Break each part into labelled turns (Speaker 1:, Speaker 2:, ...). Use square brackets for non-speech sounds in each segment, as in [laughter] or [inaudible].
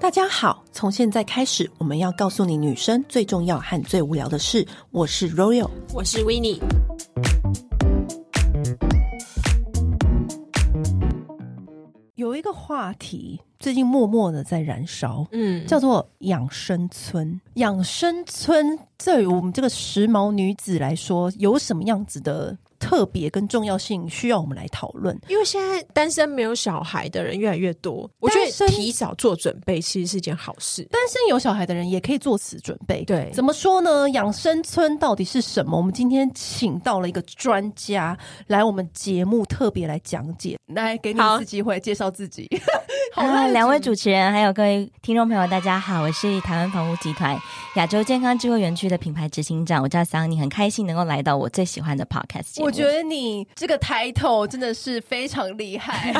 Speaker 1: 大家好，从现在开始，我们要告诉你女生最重要和最无聊的事。我是 Royal，
Speaker 2: 我是 w i n n i e
Speaker 1: 有一个话题最近默默的在燃烧，
Speaker 2: 嗯，
Speaker 1: 叫做养生村。养生村对于我们这个时髦女子来说，有什么样子的特别跟重要性，需要我们来讨论？
Speaker 2: 因为现在单身没有小孩的人越来越多，我觉
Speaker 1: 单身
Speaker 2: 得提早做准备其实是件好事。
Speaker 1: 单身有小孩的人也可以做此准备。
Speaker 2: 对
Speaker 1: 怎么说呢？养生村到底是什么？我们今天请到了一个专家来我们节目特别来讲解，来给你一
Speaker 2: 好
Speaker 1: 次机会介绍自
Speaker 2: [laughs]
Speaker 1: 己。好
Speaker 3: 啊，
Speaker 1: 烂
Speaker 3: 两位
Speaker 1: 局
Speaker 3: 主持人还有各位听众朋友，大家好，我是台湾房屋集团亚洲健康智慧园区的品牌执行长，我叫桑尼，很开心能够来到我最喜欢的 podcast 节目
Speaker 1: 我觉得你这个 title 真的是非常厉
Speaker 2: [laughs]
Speaker 1: 害，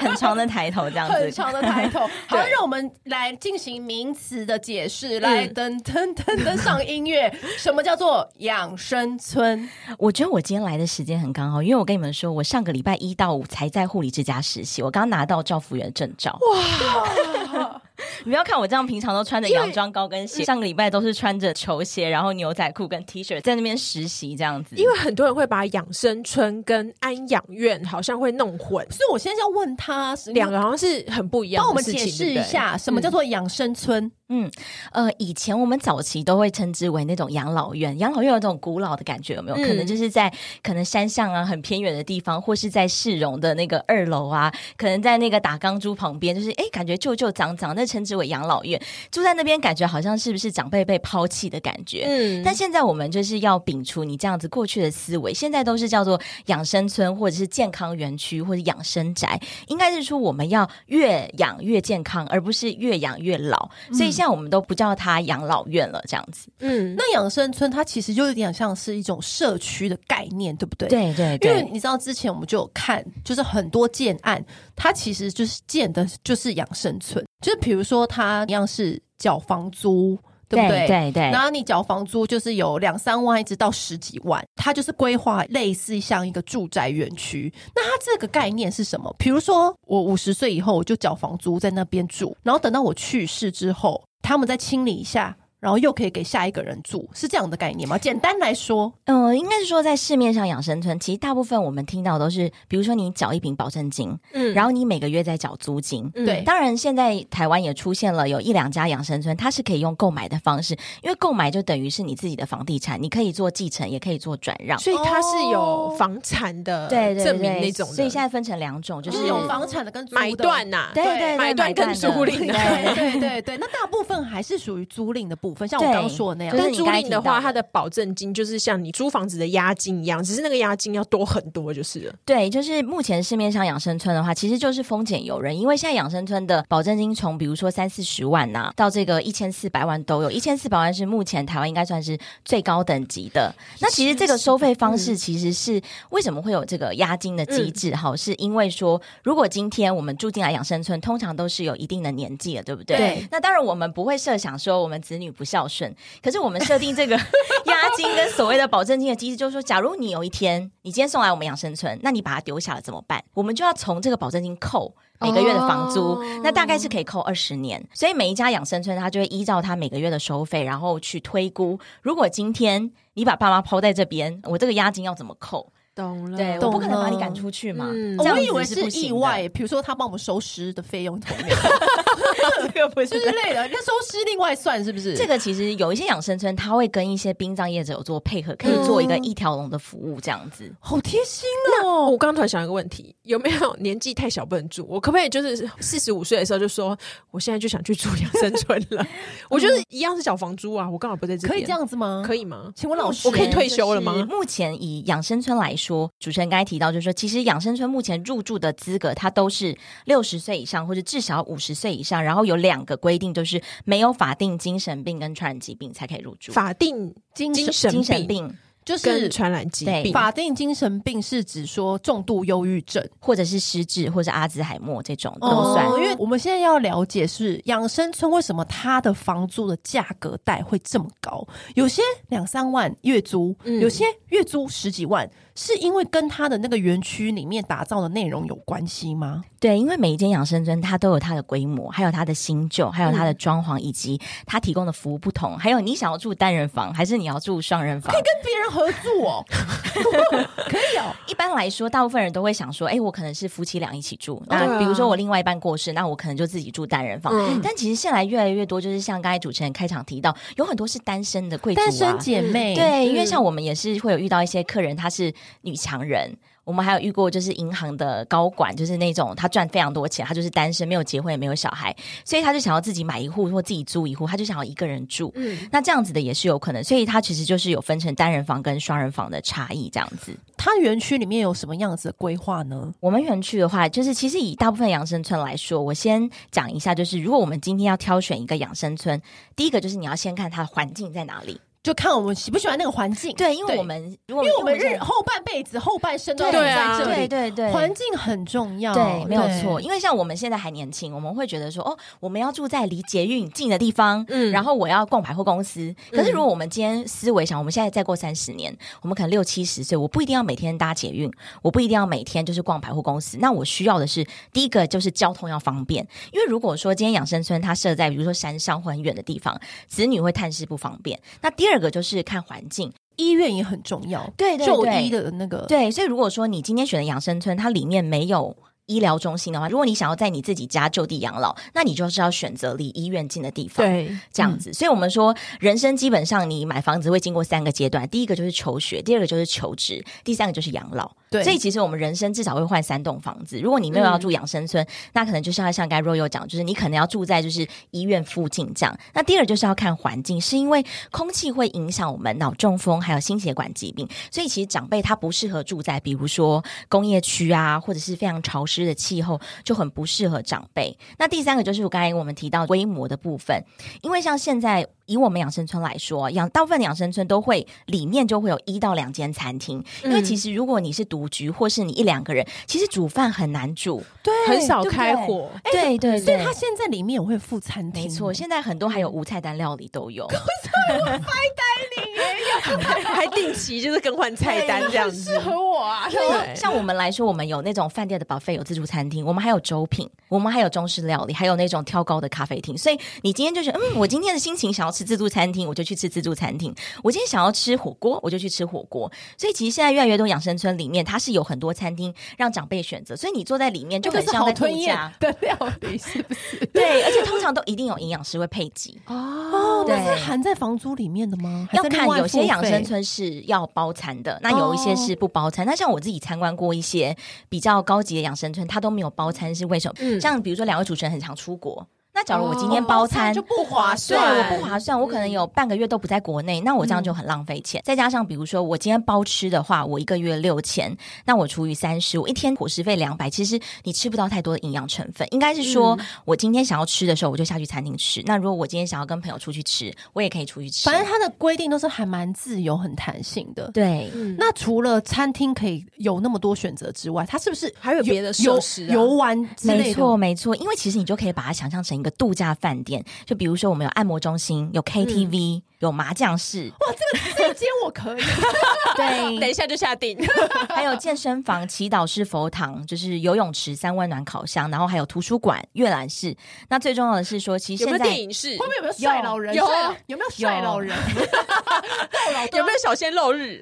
Speaker 3: 很长的抬头这样
Speaker 1: 很
Speaker 3: 子。
Speaker 1: 长的 title。好，让我们来进行名词的解释，
Speaker 2: 嗯
Speaker 1: 来噔噔噔噔上音
Speaker 2: [laughs]
Speaker 1: 乐。什么叫做养生村？
Speaker 3: 我觉得我今天来的时间很刚好，因为我跟你们说，我上个礼拜一到五才在护理之家实习，我刚拿到照服员证照。哇！ [laughs] 你不要看我这样，平常都穿着洋装、高跟鞋，上个礼拜都是穿着球鞋，然后牛仔裤跟 T 恤在那边实习这样子。
Speaker 2: 因为很多人会把养生村跟安养院好像会弄混，
Speaker 1: 所以我现在要问他，
Speaker 2: 两个好像是很不一样
Speaker 1: 帮我们
Speaker 2: 的事情。
Speaker 1: 解释
Speaker 2: 对嗯
Speaker 1: 一
Speaker 2: 不对
Speaker 1: 下，什么叫做养生村？
Speaker 3: 嗯，呃，以前我们早期都会称之为那种养老院，养老院有种古老的感觉，有没有？可能
Speaker 2: 嗯
Speaker 3: 就是在可能山上啊，很偏远的地方，或是在市容的那个二楼啊，可能在那个打钢珠旁边，就是哎，诶感觉旧旧脏脏，那称之为养老院。住在那边，感觉好像是不是长辈被抛弃的感觉？
Speaker 2: 嗯
Speaker 3: 但现在我们就是要摒除你这样子过去的思维，现在都是叫做养生村或者是健康园区或者养生宅，应该是说我们要越养越健康，而不是越养越老。所以现在我们都不叫它养老院了，这样子。
Speaker 2: 嗯，
Speaker 1: 那养生村它其实就有点像是一种社区的概念，对不对？。
Speaker 3: 对对
Speaker 1: 因为你知道，之前我们就有看，就是很多建案，它其实就是建的就是养生村，就是比如说它一样是缴房租，对不对？
Speaker 3: 对对
Speaker 1: 然后你缴房租就是有两三万，一直到十几万，它就是规划类似像一个住宅园区。那它这个概念是什么？比如说我五十岁以后我就缴房租在那边住，然后等到我去世之后，他们再清理一下。然后又可以给下一个人住，是这样的概念吗？简单来说，
Speaker 3: 嗯、应该是说在市面上养生村，其实大部分我们听到都是，比如说你缴一瓶保证金，
Speaker 2: 嗯
Speaker 3: 然
Speaker 2: 后
Speaker 3: 后你每个月在缴租金，
Speaker 1: 对
Speaker 3: 当然，现在台湾也出现了有一两家养生村，它是可以用购买的方式，因为购买就等于是你自己的房地产，你可以做继承，也可以做转让。
Speaker 2: 所以它是有房产的
Speaker 3: 对对
Speaker 2: 证明
Speaker 3: 对，
Speaker 2: 那种的，
Speaker 3: 所以现在分成两种，就
Speaker 1: 就是是有房产的跟租的
Speaker 2: 买断啊呐、
Speaker 3: 对对对
Speaker 2: 买断跟租
Speaker 3: 买断的
Speaker 2: 赁
Speaker 3: [laughs]
Speaker 1: 对
Speaker 2: 的。
Speaker 1: [laughs] 对对对，那大部分还是属于租赁的部分，像我
Speaker 3: 对
Speaker 1: 刚刚说的那样
Speaker 3: 就。是
Speaker 2: 但
Speaker 3: 你
Speaker 2: 租
Speaker 3: 刚才
Speaker 2: 赁的
Speaker 3: 提到
Speaker 2: 话，
Speaker 3: 的
Speaker 2: 它的保证金就是像你租房子的押金一样，只是那个押金要多很多，就是了。
Speaker 3: 对，就是目前市面上养生村的话，其实就是风险由人，因为现在养生村的保证金从比如说三四十万呐、到这个一千四百万都有，一千四百万是目前台湾应该算是最高等级的。那其实这个收费方式其实是为什么会有这个押金的机制？哈、是因为说如果今天我们住进来养生村，通常都是有一定的年纪了，对不对？
Speaker 1: 对
Speaker 3: 那当然我们不会设想说我们子女不孝顺，可是我们设定这个 [laughs] 押金跟所谓的保证金的机制，就是说，假如你有一天你今天送来我们养生村，那你把它丢下了怎么办？我们就要从这个保证金扣。每个月的房租
Speaker 2: 哦
Speaker 3: 那大概是可以扣二十年，所以每一家养生村它就会依照它每个月的收费，然后去推估，如果今天你把爸妈抛在这边，我这个押金要怎么扣？
Speaker 2: 懂了
Speaker 3: 对，我不可能把你赶出去嘛。
Speaker 2: 嗯
Speaker 3: 这样
Speaker 1: 我
Speaker 3: 子
Speaker 1: 以为
Speaker 3: 是不行
Speaker 1: 意
Speaker 3: 的
Speaker 1: 外，比如说他帮我们收尸的费用同样
Speaker 3: 这个不是
Speaker 1: 之类的，那收尸另外算是不是？
Speaker 3: 这个其实有一些养生村，它会跟一些殡葬业者有做配合，可以做一个一条龙的服务这样子。
Speaker 1: 好贴心
Speaker 2: 哦，
Speaker 1: 哦
Speaker 2: 我！刚刚突然想一个问题，有没有 [laughs] 年纪太小不能住？我可不可以就是四十五岁的时候就说，我现在就想去住养生村了？我觉得一样是缴房租啊，我刚好不在这边，
Speaker 1: 可以这样子吗？
Speaker 2: 可
Speaker 1: 以，
Speaker 2: 以吗？
Speaker 1: 请问
Speaker 3: 哦
Speaker 1: 老师，
Speaker 2: 我可以退休了吗
Speaker 3: 就是目前以养生村来说，主持人刚才提到，就是说，其实养生村目前入住的资格，它都是六十岁以上，或者至少五十岁以上，然后有两个规定，就是没有法定精神病跟传染疾病才可以入住。
Speaker 2: 法定
Speaker 1: 精
Speaker 2: 精
Speaker 1: 神
Speaker 2: 神
Speaker 3: 精神
Speaker 2: 病
Speaker 3: 病
Speaker 1: 就
Speaker 2: 跟
Speaker 1: 是
Speaker 2: 传染疾
Speaker 3: 对
Speaker 2: 病，
Speaker 1: 法定精神病是指说重度忧郁症
Speaker 3: 或者是失智，或者阿兹海默这种都算。
Speaker 1: 哦因为我们现在要了解是养生村为什么它的房租的价格带会这么高，有些两三万月租，
Speaker 2: 嗯
Speaker 1: 有些月租十几万，是因为跟它的那个园区里面打造的内容有关系吗？
Speaker 3: 对，因为每一间养生村它都有它的规模，还有它的新旧，还有
Speaker 2: 嗯
Speaker 3: 它的装潢，以及它提供的服务不同。还有你想要住单人房，还是你要住双人房？
Speaker 1: 跟别人合作哦， [laughs] 可以哦。
Speaker 3: 一般来说，大部分人都会想说，哎、我可能是夫妻俩一起住。
Speaker 2: 对啊
Speaker 3: 那比如说我另外一半过世，那我可能就自己住单人房。
Speaker 2: 嗯
Speaker 3: 但其实现在越来越多，就是像刚才主持人开场提到，有很多是单身的贵族、啊、
Speaker 1: 单身姐妹，
Speaker 3: 对，
Speaker 2: 嗯
Speaker 3: 因为像我们也是会有遇到一些客人，她是女强人。我们还有遇过，就是银行的高管，就是那种他赚非常多钱，他就是单身，没有结婚，也没有小孩，所以他就想要自己买一户或自己租一户，他就想要一个人住。
Speaker 2: 嗯，
Speaker 3: 那这样子的也是有可能，所以他其实就是有分成单人房跟双人房的差异这样子。
Speaker 1: 它园区里面有什么样子的规划呢？
Speaker 3: 我们园区的话，就是其实以大部分养生村来说，我先讲一下，就是如果我们今天要挑选一个养生村，第一个就是你要先看它的环境在哪里。
Speaker 1: 就看我们喜不喜欢那个环境。
Speaker 3: 对，因为我们如果
Speaker 1: 因为我们
Speaker 3: 现在
Speaker 1: 日后半辈子、后半生都要
Speaker 2: 对
Speaker 1: 在
Speaker 2: 啊
Speaker 1: 这
Speaker 3: 对
Speaker 1: 里，
Speaker 3: 对对，
Speaker 1: 环境很重要。
Speaker 3: 对，没有错。。因为像我们现在还年轻，我们会觉得说，哦，我们要住在离捷运近的地方，
Speaker 2: 嗯
Speaker 3: 嗯，然后我要逛百货公司。可是如果我们今天思维想，我们现在再过三十年，我们可能六七十岁，我不一定要每天搭捷运，我不一定要每天就是逛百货公司。那我需要的是，第一个就是交通要方便，因为如果说今天养生村它设在比如说山上或很远的地方，子女会探视不方便。那第二个就是看环境，
Speaker 1: 医院也很重要，
Speaker 3: 对对对，
Speaker 1: 就医的那个，
Speaker 3: 对，所以如果说你今天选的养生村，它里面没有医疗中心的话，如果你想要在你自己家就地养老，那你就是要选择离医院近的地方。。
Speaker 2: 对，
Speaker 3: 这样子，所以我们说，人生基本上你买房子会经过三个阶段，第一个就是求学，第二个就是求职，第三个就是养老。
Speaker 1: 对
Speaker 3: 所以其实我们人生至少会换三栋房子。如果你没有要住养生村，那可能就是要像该 Royal 讲，就是你可能要住在就是医院附近这样。那第二就是要看环境，是因为空气会影响我们脑中风还有心血管疾病，所以其实长辈他不适合住在比如说工业区啊，或者是非常潮湿的气候，就很不适合长辈。那第三个就是我刚才我们提到规模的部分，因为像现在以我们养生村来说，养大部分养生村都会里面就会有一到两间餐厅，因为其实如果你是独居或是你一两个人，其实煮饭很难煮。
Speaker 1: 对
Speaker 2: 很少
Speaker 3: 对不
Speaker 2: 开
Speaker 3: 对
Speaker 2: 火，
Speaker 1: [laughs]
Speaker 3: 对对
Speaker 1: 哎所以
Speaker 3: 对，
Speaker 1: 它现在里面也会附餐厅，
Speaker 3: 没错，嗯现在很多还有无菜单料理都有。
Speaker 2: 还定期就是更换菜单这样子，
Speaker 1: 适合我啊。
Speaker 3: 因
Speaker 2: 对
Speaker 3: 为像我们来说，我们有那种饭店的 buffet，有自助餐厅，我们还有粥品，我们还有中式料理，还有那种挑高的咖啡厅。所以你今天就是，嗯，我今天的心情想要吃自助餐厅，我就去吃自助餐厅；我今天想要吃火锅，我就去吃火锅。所以其实现在越来越多养生村里面，它是有很多餐厅让长辈选择，所以你坐在里面就
Speaker 1: 哎这
Speaker 3: 很
Speaker 1: 个是
Speaker 3: 像
Speaker 1: 好
Speaker 3: 在度
Speaker 1: 吞咽
Speaker 3: 假。
Speaker 1: 的料理，是不是？
Speaker 3: 对，而且通常都一定有营养师会配给。
Speaker 1: 哦，
Speaker 3: 对
Speaker 1: 那是含在房租里面的吗？还
Speaker 3: 要
Speaker 1: 是另
Speaker 3: 看
Speaker 1: 外
Speaker 3: 有些
Speaker 1: 付
Speaker 3: 养
Speaker 1: 费哦
Speaker 3: 生村是要包餐的，那有一些是不包餐。那像我自己参观过一些比较高级的养生村，它都没有包餐，是为什么？
Speaker 2: 嗯
Speaker 3: 像比如说两位主持人很常出国，那假如我今天
Speaker 1: 哦
Speaker 3: 包餐。
Speaker 1: 就不划
Speaker 3: 对，
Speaker 1: 算，嗯
Speaker 3: 我不划算，我可能有半个月都不在国内，那我这样就很浪费钱。再加上，比如说我今天包吃的话，我一个月六千，那我除以三十，我一天伙食费两百，其实你吃不到太多的营养成分。应该是说、
Speaker 1: 嗯
Speaker 3: 我今天想要吃的时候，我就下去餐厅吃。那如果我今天想要跟朋友出去吃，我也可以出去吃。
Speaker 1: 反正它的规定都是还蛮自由、很弹性的。
Speaker 3: 对，
Speaker 2: 嗯
Speaker 1: 那除了餐厅可以有那么多选择之外，它是不是
Speaker 2: 还有别的设
Speaker 1: 游
Speaker 2: 施啊
Speaker 1: 游玩之
Speaker 3: 没
Speaker 1: 类的
Speaker 3: 错，？没错，因为其实你就可以把它想象成一个度假饭店，就比如说我们有按摩中心，有 KTV，、有麻将室，
Speaker 1: 这间我可以，
Speaker 2: 等一
Speaker 3: 对，
Speaker 2: 下就下定，
Speaker 3: 还有健身房、祈祷室、佛堂，就是游泳池、三温暖烤箱，然后还有图书馆、阅览室。那最重要的是说，其实
Speaker 2: 有没
Speaker 3: 现
Speaker 2: 有
Speaker 3: 在
Speaker 2: 电影室？
Speaker 1: 后面有没有帅老人？
Speaker 2: 有
Speaker 1: 帅老有没有帅老人？
Speaker 2: 有没有小鲜肉日？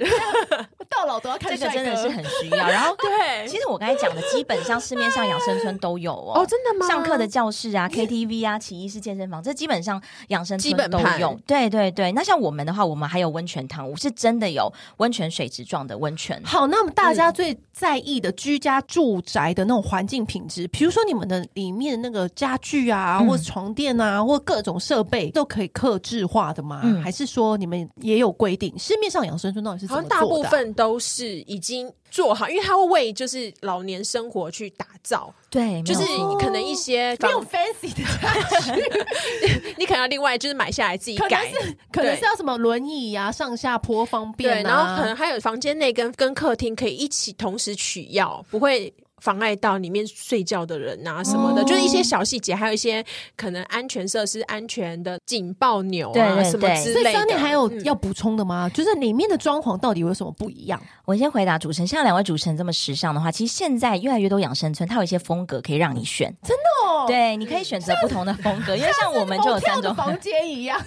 Speaker 1: 到老都要看
Speaker 3: 这
Speaker 1: 帅
Speaker 3: 个
Speaker 1: 哥，
Speaker 3: 真的是很需要。然后，
Speaker 2: 对
Speaker 3: 其实我刚才讲的，基本上市面上养生村都有哦。
Speaker 2: 真的
Speaker 3: 上课的教室啊、KTV 啊、奇异式健身房，这基本上养生
Speaker 2: 基本
Speaker 3: 村都
Speaker 2: 盘
Speaker 3: 有。对对对，那像我们的话，我们还有温泉汤屋，是真的有温泉水质状的温泉。
Speaker 1: 好，那么大家最在意的居家住宅的那种环境品质，比如说你们的里面那个家具啊，
Speaker 3: 嗯
Speaker 1: 或床垫啊，或各种设备都可以克制化的吗？
Speaker 3: 嗯
Speaker 1: 还是说你们也有规定？市面上养生村到底是怎
Speaker 2: 好
Speaker 1: 么
Speaker 2: 像
Speaker 1: 做的啊、
Speaker 2: 大部分都是已经做好，因为它会为就是老年生活去打造，
Speaker 3: 对，
Speaker 2: 就是
Speaker 3: 没有错
Speaker 2: 可能一些
Speaker 1: 没有
Speaker 2: 房
Speaker 1: fancy 的家具，
Speaker 2: 你可能要另外就是买下来自己
Speaker 1: 可能
Speaker 2: 改，
Speaker 1: 是可能是要什么轮椅啊，上下坡方便、啊，
Speaker 2: 对，然后可能还有房间内跟跟客厅可以一起同时取药，不会妨碍到里面睡觉的人啊什么的，
Speaker 3: 哦
Speaker 2: 就是一些小细节，还有一些可能安全设施、安全的警报钮啊
Speaker 3: 对对
Speaker 2: 什么
Speaker 3: 对
Speaker 2: 之
Speaker 1: 所
Speaker 2: 类的。
Speaker 1: 以 Sunny 还有
Speaker 2: 嗯
Speaker 1: 要补充的吗？就是里面的装潢到底有什么不一样？
Speaker 3: 我先回答主持人，像两位主持人这么时尚的话，其实现在越来越多养生村，它有一些风格可以让你选。
Speaker 1: 哦，
Speaker 3: 对，你可以选择不同的风格，因为像我们就有三
Speaker 1: 像
Speaker 3: 种
Speaker 1: 是某跳的房间一样。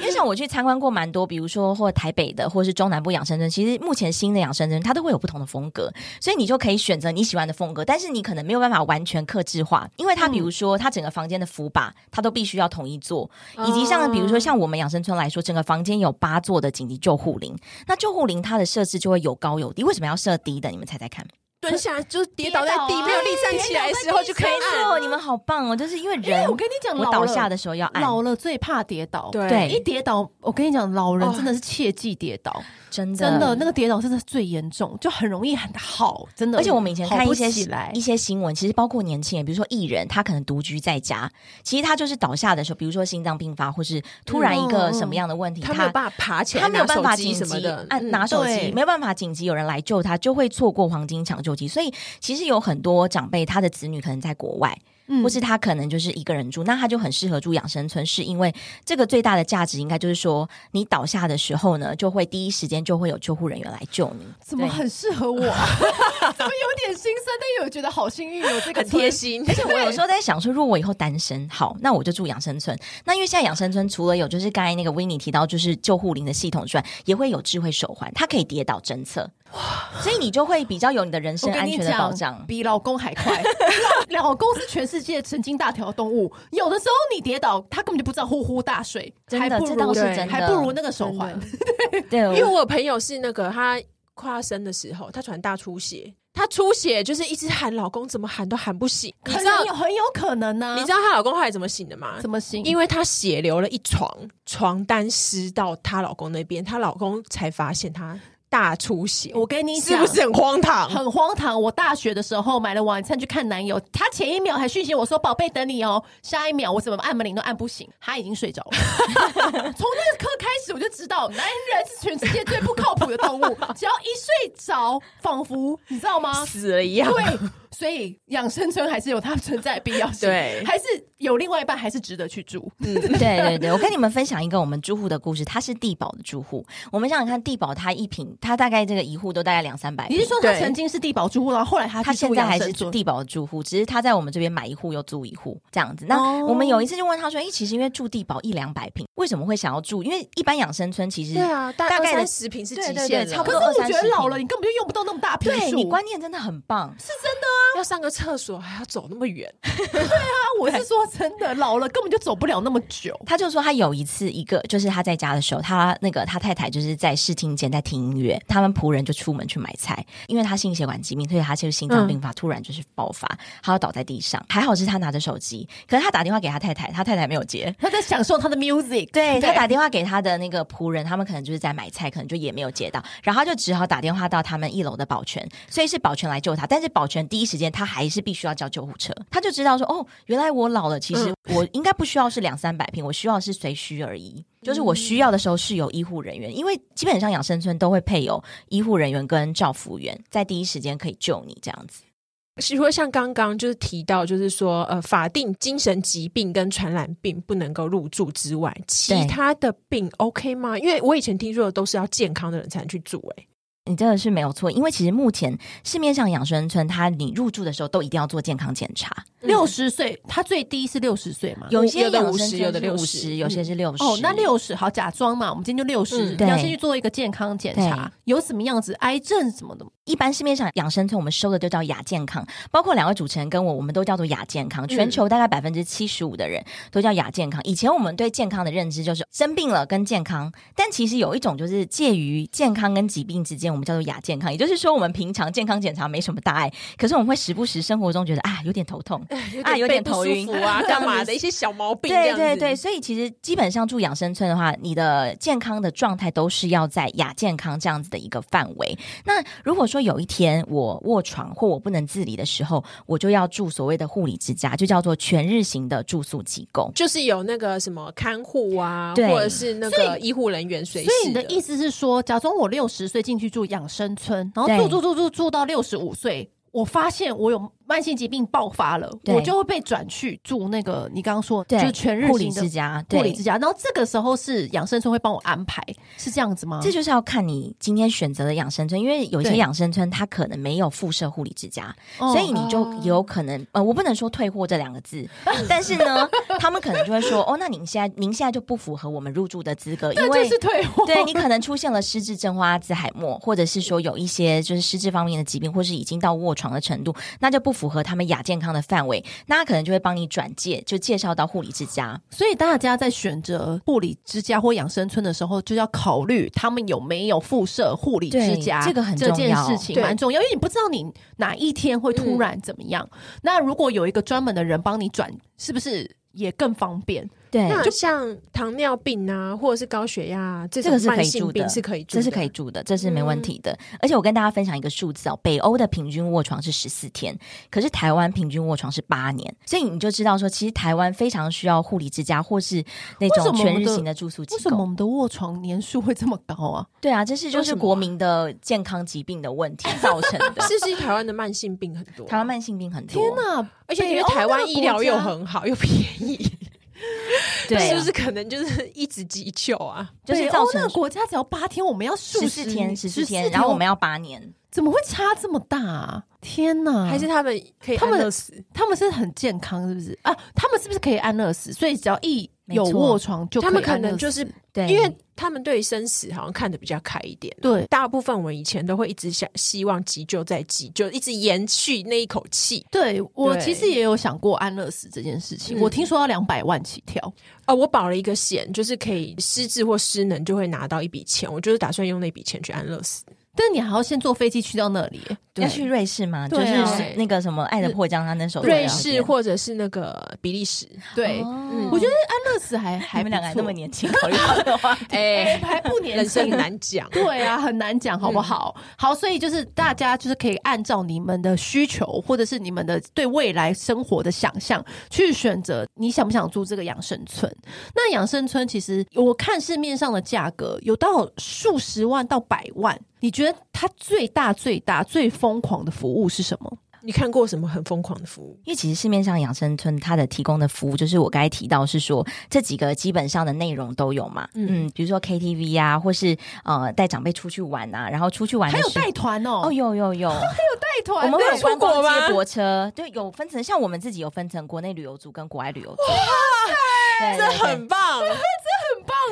Speaker 3: 因为像我去参观过蛮多，比如说或台北的，或是中南部养生村，其实目前新的养生村它都会有不同的风格，所以你就可以选择你喜欢的风格，但是你可能没有办法完全克制化，因为它
Speaker 1: 嗯
Speaker 3: 比如说它整个房间的扶把，它都必须要统一做，以及像比如
Speaker 1: 哦
Speaker 2: 哦
Speaker 3: 说像我们养生村来说，整个房间有八座的紧急救护铃，那救护铃它的设置就会有高有低，为什么要设低的？你们猜猜看？
Speaker 2: 蹲下就是跌倒在地，
Speaker 1: 跌倒啊
Speaker 2: 没有力站起来的时候就可以按。
Speaker 3: 哦，你们好棒哦！就是因为
Speaker 1: 哎，
Speaker 3: [laughs] 人
Speaker 1: 我，跟你讲，
Speaker 3: 我
Speaker 1: 老
Speaker 3: 倒
Speaker 1: 了
Speaker 3: 下的时候要按，
Speaker 1: 老了最怕跌倒，
Speaker 2: 对
Speaker 3: 对
Speaker 1: 一跌倒，我跟你讲，老人
Speaker 2: 哦
Speaker 1: 真的是切忌跌倒，
Speaker 3: 真的
Speaker 1: 真的那个跌倒真的是最严重，就很容易很好，真的。
Speaker 3: 而且我们以前看
Speaker 1: 好
Speaker 3: 一
Speaker 1: 不
Speaker 3: 些
Speaker 1: 起来
Speaker 3: 一，些新闻，其实包括年轻人，比如说艺人，他可能独居在家，其实他就是倒下的时候，比如说心脏病发，或是突然一个什么样的问
Speaker 2: 嗯
Speaker 3: 题，
Speaker 2: 他没有办法爬起来，
Speaker 3: 他没有办
Speaker 2: 拿手
Speaker 3: 法
Speaker 2: 机
Speaker 3: 紧
Speaker 2: 什么
Speaker 3: 急
Speaker 2: 的，
Speaker 3: 按拿
Speaker 2: 嗯
Speaker 3: 手
Speaker 1: 对
Speaker 3: 机，没有办法紧急有人来救他，就会错过黄金抢救期。所以其实有很多长辈，他的子女可能在国外，
Speaker 1: 嗯
Speaker 3: 或是他可能就是一个人住，那他就很适合住养生村，是因为这个最大的价值应该就是说，你倒下的时候呢，就会第一时间就会有救护人员来救你。
Speaker 1: 怎么
Speaker 3: 对
Speaker 1: 很适合我？啊 [laughs] 怎么有点心酸，但又觉得好幸运哦有这个
Speaker 2: 很贴
Speaker 1: 村。
Speaker 2: 心。
Speaker 3: [laughs] 而且我有时候在想说，如果我以后单身，好，那我就住养生村。那因为现在养生村除了有就是刚才那个 w i n n 提到就是救护铃的系统之外，也会有智慧手环，它可以跌倒侦测，所以你就会比较有你的人
Speaker 1: 我
Speaker 3: 身
Speaker 1: 跟
Speaker 3: 安
Speaker 1: 你
Speaker 3: 全的保
Speaker 1: [laughs]
Speaker 3: 障
Speaker 1: 讲，。比老公还快。老老公是全世界神经大条的动物，有的时候你跌倒，他根本就不知道呼呼大睡，
Speaker 3: 真
Speaker 1: 还
Speaker 3: 的
Speaker 1: 不
Speaker 3: 这
Speaker 1: 如
Speaker 3: 倒是
Speaker 1: 对
Speaker 3: 真的
Speaker 1: 还不如那个手环。
Speaker 3: 对，
Speaker 2: 因为我有朋友是那个她快要生的时候，她突然大出血，她出血就是一直喊老公，怎么喊都喊不醒。你
Speaker 1: 很
Speaker 2: 知道
Speaker 1: 有很有可能呢、
Speaker 3: 啊
Speaker 2: 你知道她老公后来怎么醒的吗？
Speaker 1: 怎么行？
Speaker 2: 因为她血流了一床，床单湿到她老公那边，她老公才发现她大出血。
Speaker 1: 我跟你
Speaker 2: 是
Speaker 1: 讲，
Speaker 2: 不是很荒唐？
Speaker 1: 很荒唐？我大学的时候买了晚餐去看男友，他前一秒还讯息我说“宝贝，等你哦”，下一秒我怎么按门铃都按不醒，他已经睡着了。 [laughs] 从那刻开始，我就知道男人是全世界最不靠谱的动物，只要一睡着，仿佛你知道吗？
Speaker 2: 死了一样。
Speaker 1: 对，所以养生村还是有它存在的必要性，
Speaker 2: 对
Speaker 1: 还是有另外一半还是值得去住。
Speaker 3: 对对对，我跟你们分享一个我们住户的故事，他是地保的住户。我们想想看，地保他一平，他大概这个一户都大概两三百
Speaker 1: 你
Speaker 3: 平
Speaker 1: 是。说他
Speaker 2: 对
Speaker 1: 曾经是啊地保住户，然后后来他
Speaker 3: 他
Speaker 1: 去住
Speaker 3: 现在
Speaker 1: 养
Speaker 3: 还
Speaker 1: 生
Speaker 3: 是
Speaker 1: 村
Speaker 3: 地保的住户，只是他在我们这边买一户又租一户这样子。那
Speaker 1: 哦
Speaker 3: 我们有一次就问他说：“诶，其实因为住地保一两百平，为什么会想要住？因为一般养生村其实
Speaker 2: 对啊，大
Speaker 3: 大
Speaker 2: 大
Speaker 3: 概
Speaker 2: 概
Speaker 3: 的
Speaker 2: 的十平是极
Speaker 3: 对对
Speaker 2: 限
Speaker 3: 对
Speaker 2: 了，
Speaker 3: 差不
Speaker 1: 可
Speaker 3: 多
Speaker 1: 是我觉
Speaker 3: 20-30
Speaker 1: 得老
Speaker 3: 平
Speaker 1: 了，你根本就用不到那么大平
Speaker 3: 对
Speaker 1: 数。
Speaker 3: 你观念真的很棒。
Speaker 2: 要上个厕所还要走那么远，
Speaker 1: 我是说真的，老了根本就走不了那么久。
Speaker 3: 他就说他有一次一个就是他在家的时候，他那个他太太就是在视听间在听音乐，他们仆人就出门去买菜，因为他心血管疾病，所以他就是心脏病发、突然就是爆发，他要倒在地上。还好是他拿着手机，可是他打电话给他太太，他太太没有接。
Speaker 1: 他在享受他的 music，
Speaker 3: 对嗯他打电话给他的那个仆人，他们可能就是在买菜，可能就也没有接到，然后他就只好打电话到他们一楼的保全，所以是保全来救他，但是保全第一时间他还是必须要叫救护车，他就知道说哦，原来我老了，其实我应该不需要是两三百平，我需要是随需而已。就是我需要的时候是有医护人员，因为基本上养生村都会配有医护人员跟照服员，在第一时间可以救你这样子。
Speaker 2: 是说像刚刚就是提到，就是说呃，法定精神疾病跟传染病不能够入住之外，其
Speaker 3: 对
Speaker 2: 他的病 OK 吗？因为我以前听说的都是要健康的人才能去住、欸，
Speaker 3: 你真的是没有错，因为其实目前市面上养生村，它你入住的时候都一定要做健康检查，
Speaker 1: 六十岁，他最低是六十岁嘛？
Speaker 3: 有一些
Speaker 2: 有的
Speaker 3: 养生
Speaker 2: 50
Speaker 3: 圈
Speaker 2: 有的
Speaker 3: 是
Speaker 2: 60
Speaker 3: 50有些是六十。
Speaker 1: 哦，那六十好，假装嘛，我们今天就六十、
Speaker 2: 嗯
Speaker 1: 你要
Speaker 3: 对
Speaker 1: 先去做一个健康检查，有什么样子，癌症什么的，
Speaker 3: 一般市面上养生村我们收的都叫亚健康，包括两位主持人跟我，我们都叫做亚健康。全球大概百分之七十五的人都叫亚健康。以前我们对健康的认知就是生病了跟健康，但其实有一种就是介于健康跟疾病之间，我们叫做亚健康。也就是说，我们平常健康检查没什么大碍，可是我们会时不时生活中觉得啊有点头痛，啊
Speaker 2: 哎，
Speaker 3: 有点
Speaker 2: 背
Speaker 3: 头
Speaker 2: 不
Speaker 3: 晕
Speaker 2: 舒服 [laughs] 啊，干嘛的一些小毛病，
Speaker 3: 对对对，，所以其实基本上住养生村的话，你的健康的状态都是要在亚健康这样子的一个范围。那如果说有一天我卧床或我不能自理的时候，我就要住所谓的护理之家，就叫做全日型的住宿机构。
Speaker 2: 就是有那个什么看护啊，
Speaker 3: 对
Speaker 2: 或者是那个医护人员随时。
Speaker 1: 所以你的意思是说，假装我六十岁进去住养生村，然后
Speaker 3: 对
Speaker 1: 住住住住住到六十五岁，我发现我有慢性疾病爆发了，
Speaker 3: 对
Speaker 1: 我就会被转去住那个你刚刚说就
Speaker 3: 对，
Speaker 1: 是全日
Speaker 3: 护理
Speaker 1: 型
Speaker 3: 之
Speaker 1: 的
Speaker 3: 家，
Speaker 1: 护
Speaker 3: 对
Speaker 1: 理之家，然后这个时候是养生村会帮我安排，是这样子吗？
Speaker 3: 这就是要看你今天选择的养生村，因为有些
Speaker 1: 对
Speaker 3: 养生村它可能没有附设护理之家，
Speaker 1: 哦
Speaker 3: 所以你就有可能呃，我不能说退货这两个字，但是
Speaker 1: [laughs]
Speaker 3: 呢，他们可能就会说哦，那您现在您现在就不符合我们入住的资格，因
Speaker 1: 那就
Speaker 3: 为
Speaker 1: 是退货，
Speaker 3: 对你可能出现了失智症或阿兹海默，或者是说有一些就是失智方面的疾病，或是已经到卧床的程度，那就不符合他们亚健康的范围，那他可能就会帮你转介，就介绍到护理之家。
Speaker 1: 所以大家在选择护理之家或养生村的时候，就要考虑他们有没有附设护理之家，
Speaker 3: 对这个很重
Speaker 1: 这
Speaker 3: 要
Speaker 1: 件事情
Speaker 2: 对
Speaker 1: 蛮重要，因为你不知道你哪一天会突然怎么样。那如果有一个专门的人帮你转，是不是也更方便？
Speaker 3: 对，
Speaker 2: 那像糖尿病啊，或者是高血压、啊、这
Speaker 3: 这个
Speaker 2: 种
Speaker 3: 是可
Speaker 2: 慢
Speaker 3: 以住
Speaker 2: 性病
Speaker 3: 的
Speaker 2: 是可以住
Speaker 3: 这
Speaker 2: 的，
Speaker 3: 是可以住的，这是没
Speaker 1: 嗯
Speaker 3: 问题的。而且我跟大家分享一个数字哦，北欧的平均卧床是十四天，可是台湾平均卧床是八年，所以你就知道说，其实台湾非常需要护理之家或是那
Speaker 1: 为什
Speaker 3: 种
Speaker 1: 么
Speaker 3: 全
Speaker 1: 我们
Speaker 3: 日
Speaker 1: 的
Speaker 3: 型的住宿机
Speaker 1: 为什么我
Speaker 3: 构。
Speaker 1: 们的卧床年数会这么高啊？
Speaker 3: 对啊，这是就
Speaker 2: 为什
Speaker 3: 是
Speaker 2: 么啊
Speaker 3: 国民的健康疾病的问题造成的。
Speaker 2: 是不是台湾的慢性病很多？
Speaker 3: 台湾慢性病很多，
Speaker 1: 天哪！
Speaker 2: 而且
Speaker 1: 北
Speaker 2: 因为
Speaker 1: 欧
Speaker 2: 台湾
Speaker 1: 那个
Speaker 2: 医疗
Speaker 1: 国
Speaker 2: 又
Speaker 1: 家
Speaker 2: 很好又便宜，
Speaker 3: 对
Speaker 2: 是
Speaker 3: 啊，
Speaker 2: 不是可能就是一直急救啊？
Speaker 3: 就是
Speaker 1: 北
Speaker 3: 造
Speaker 1: 欧那个
Speaker 3: 成
Speaker 1: 国家只要八天，我们要数
Speaker 3: 十四天，十四
Speaker 1: 14
Speaker 3: 天，然后我们要八年。
Speaker 1: 哦怎么会差这么大、啊？天哪！
Speaker 2: 还是他们可以
Speaker 1: 他们
Speaker 2: 安乐死？
Speaker 1: 他们是很健康，是不是啊？他们是不是可以安乐死？所以只要一
Speaker 3: 没
Speaker 1: 有
Speaker 3: 错
Speaker 1: 卧床就
Speaker 2: 他们
Speaker 1: 以安
Speaker 2: 可能
Speaker 1: 乐
Speaker 2: 就是
Speaker 1: 死
Speaker 3: 对，
Speaker 2: 因为他们对于生死好像看得比较开一点。
Speaker 1: 对
Speaker 2: 大部分我们以前都会一直想希望急救再急救，一直延续那一口气。
Speaker 1: 对，我
Speaker 2: 对
Speaker 1: 其实也有想过安乐死这件事情。
Speaker 2: 嗯
Speaker 1: 我听说要两百万起跳，
Speaker 2: 哦，我保了一个险，就是可以失智或失能就会拿到一笔钱，我就是打算用那笔钱去安乐死。
Speaker 1: 但你还要先坐飞机去到那里。
Speaker 3: 要去瑞士嘛，就
Speaker 1: 对
Speaker 3: 是
Speaker 1: 啊
Speaker 3: 那个什么《爱的迫降》，他那首歌
Speaker 2: 瑞
Speaker 3: 要
Speaker 2: 士
Speaker 3: 变
Speaker 2: 或者是那个比利时，
Speaker 1: 对，
Speaker 3: 哦
Speaker 1: 我觉得安乐死还还
Speaker 3: 你们两个
Speaker 1: 还
Speaker 3: 还那么年轻，考虑到的
Speaker 1: [laughs]
Speaker 3: 话，
Speaker 1: 哎
Speaker 2: 哎、
Speaker 1: 还不
Speaker 3: [laughs]
Speaker 1: 年
Speaker 2: 人生
Speaker 1: 轻。
Speaker 2: 很难讲。
Speaker 1: 对啊，很难讲，好不好？
Speaker 3: 嗯
Speaker 1: 好，所以就是大家就是可以按照你们的需求，或者是你们的对未来生活的想象，去选择你想不想住这个养生村。那养生村其实我看市面上的价格有到数十万到百万，你觉得它最大最大最疯狂的服务是什么？
Speaker 2: 你看过什么很疯狂的服务？
Speaker 3: 因为其实市面上养生村它的提供的服务，就是我刚才提到是说这几个基本上的内容都有嘛，嗯，比如说 KTV 啊，或是呃带长辈出去玩啊，然后出去玩的
Speaker 1: 还有
Speaker 3: 时候
Speaker 1: 带团
Speaker 3: 哦，
Speaker 1: 哦，
Speaker 3: 有有
Speaker 1: [laughs]
Speaker 3: 有，
Speaker 1: 带团
Speaker 3: 我们会有
Speaker 1: 对
Speaker 3: 观
Speaker 2: 出国
Speaker 3: 光接
Speaker 2: 吗
Speaker 3: 驳车，对，有分成，像我们自己有分成国内旅游组跟国外旅游组，对
Speaker 2: 这
Speaker 3: 对对
Speaker 2: 很棒，
Speaker 1: 棒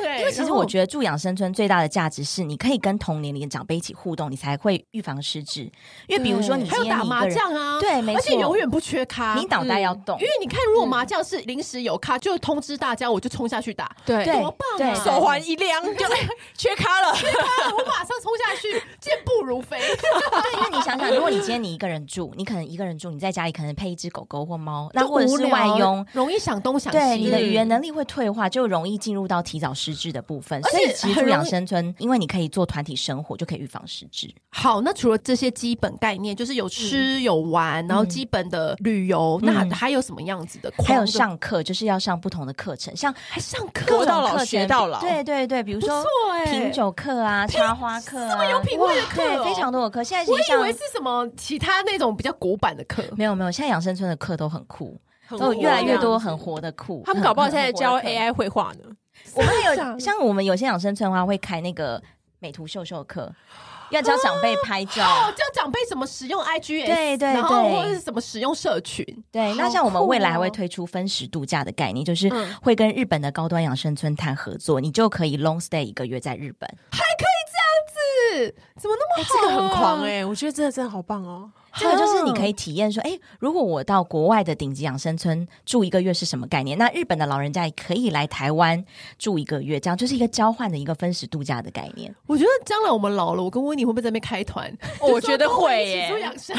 Speaker 1: 哎、
Speaker 3: 啊因为其
Speaker 1: 然
Speaker 3: 实
Speaker 1: 后
Speaker 3: 我觉得住养生村最大的价值是，你可以跟同年龄的长辈一起互动，你才会预防失智。因为比如说你
Speaker 1: 还有
Speaker 3: 今天
Speaker 1: 打
Speaker 3: 你一
Speaker 1: 麻
Speaker 3: 个人，
Speaker 1: 将啊，
Speaker 3: 对，没
Speaker 1: 而
Speaker 3: 错，
Speaker 1: 且永远不缺咖，
Speaker 3: 你脑袋要动
Speaker 1: 因为，你看，如果麻将是临时有咖，就通知大家，我就冲下去 [laughs] 打，
Speaker 2: 对
Speaker 3: 对
Speaker 1: 多棒
Speaker 3: 对
Speaker 1: 啊！
Speaker 2: 手环一亮，就哎缺咖了。
Speaker 1: 我马上冲下去， [laughs] 健步如飞。
Speaker 3: 对，因为你想想，如果你今天你一个人住，你可能一个人住，你在家里可能配一只狗狗或猫，那或者是外佣。，
Speaker 1: 容易想东想西。
Speaker 3: 对你的
Speaker 2: 嗯
Speaker 3: 语言能力会退化，就容易进入到提早失智的部分。
Speaker 1: 而
Speaker 3: 所以
Speaker 1: 且
Speaker 3: 其实
Speaker 1: 很
Speaker 3: 住养
Speaker 1: 容易
Speaker 3: 生村，因为你可以做团体生活，就可以预防失智。
Speaker 1: 好，那除了这些基本概念，就是有吃有玩，然后基本的旅游，那
Speaker 3: 嗯
Speaker 1: 还嗯有什么样子的？
Speaker 3: 还
Speaker 1: 狂
Speaker 3: 有
Speaker 1: 的
Speaker 3: 上课，就是要上不同的课程，像
Speaker 1: 还上
Speaker 3: 各
Speaker 1: 课，
Speaker 2: 活
Speaker 3: 种
Speaker 2: 到老
Speaker 3: 课程
Speaker 2: 学到老
Speaker 3: 对对对，比如
Speaker 1: 不
Speaker 3: 说
Speaker 1: 错哎，
Speaker 3: 品酒课啊、插花课啊，这么有
Speaker 1: 品味的课哦
Speaker 3: 对，非常多的课。现在其
Speaker 1: 我
Speaker 3: 实
Speaker 1: 以
Speaker 3: 像
Speaker 1: 为是什么其他那种比较古板的课。 [laughs]
Speaker 3: 没有没有，现在养生村的课都很酷，
Speaker 1: 哦
Speaker 2: 很
Speaker 3: 都有
Speaker 2: 活
Speaker 3: 哦越来越
Speaker 2: 这
Speaker 3: 多
Speaker 2: 样子
Speaker 3: 很活的酷。
Speaker 2: 他们搞不好现在教
Speaker 3: [laughs] 很活的课
Speaker 2: AI 绘画呢。
Speaker 3: 我们还
Speaker 1: 上
Speaker 3: 有像我们有些养生村的话，会开那个美图秀秀课，要教长辈拍照。
Speaker 1: 哦，教长辈怎么使用 IG，
Speaker 3: 对对
Speaker 1: 然后
Speaker 3: 对
Speaker 1: 或者是怎么使用社群，
Speaker 3: 对，那
Speaker 1: 好
Speaker 3: 像我们
Speaker 1: 酷
Speaker 3: 未来还会
Speaker 1: 哦
Speaker 3: 推出分时度假的概念，就是
Speaker 2: 嗯
Speaker 3: 会跟日本的高端养生村谈合作，你就可以 long stay 一个月在日本。
Speaker 1: 是怎么那么好啊？
Speaker 2: 这个很狂哎、我觉得这个真的好
Speaker 1: [laughs]
Speaker 2: 棒哦！
Speaker 3: 这个就是你可以
Speaker 1: 哦
Speaker 3: 体验说，哎，如果我到国外的顶级养生村住一个月是什么概念？那日本的老人家也可以来台湾住一个月，这样就是一个交换的一个分时度假的概念。
Speaker 1: 我觉得将来我 [laughs] 们老了，我跟温妮会不会在那边开团？
Speaker 2: 我觉得会耶
Speaker 1: 耶、养生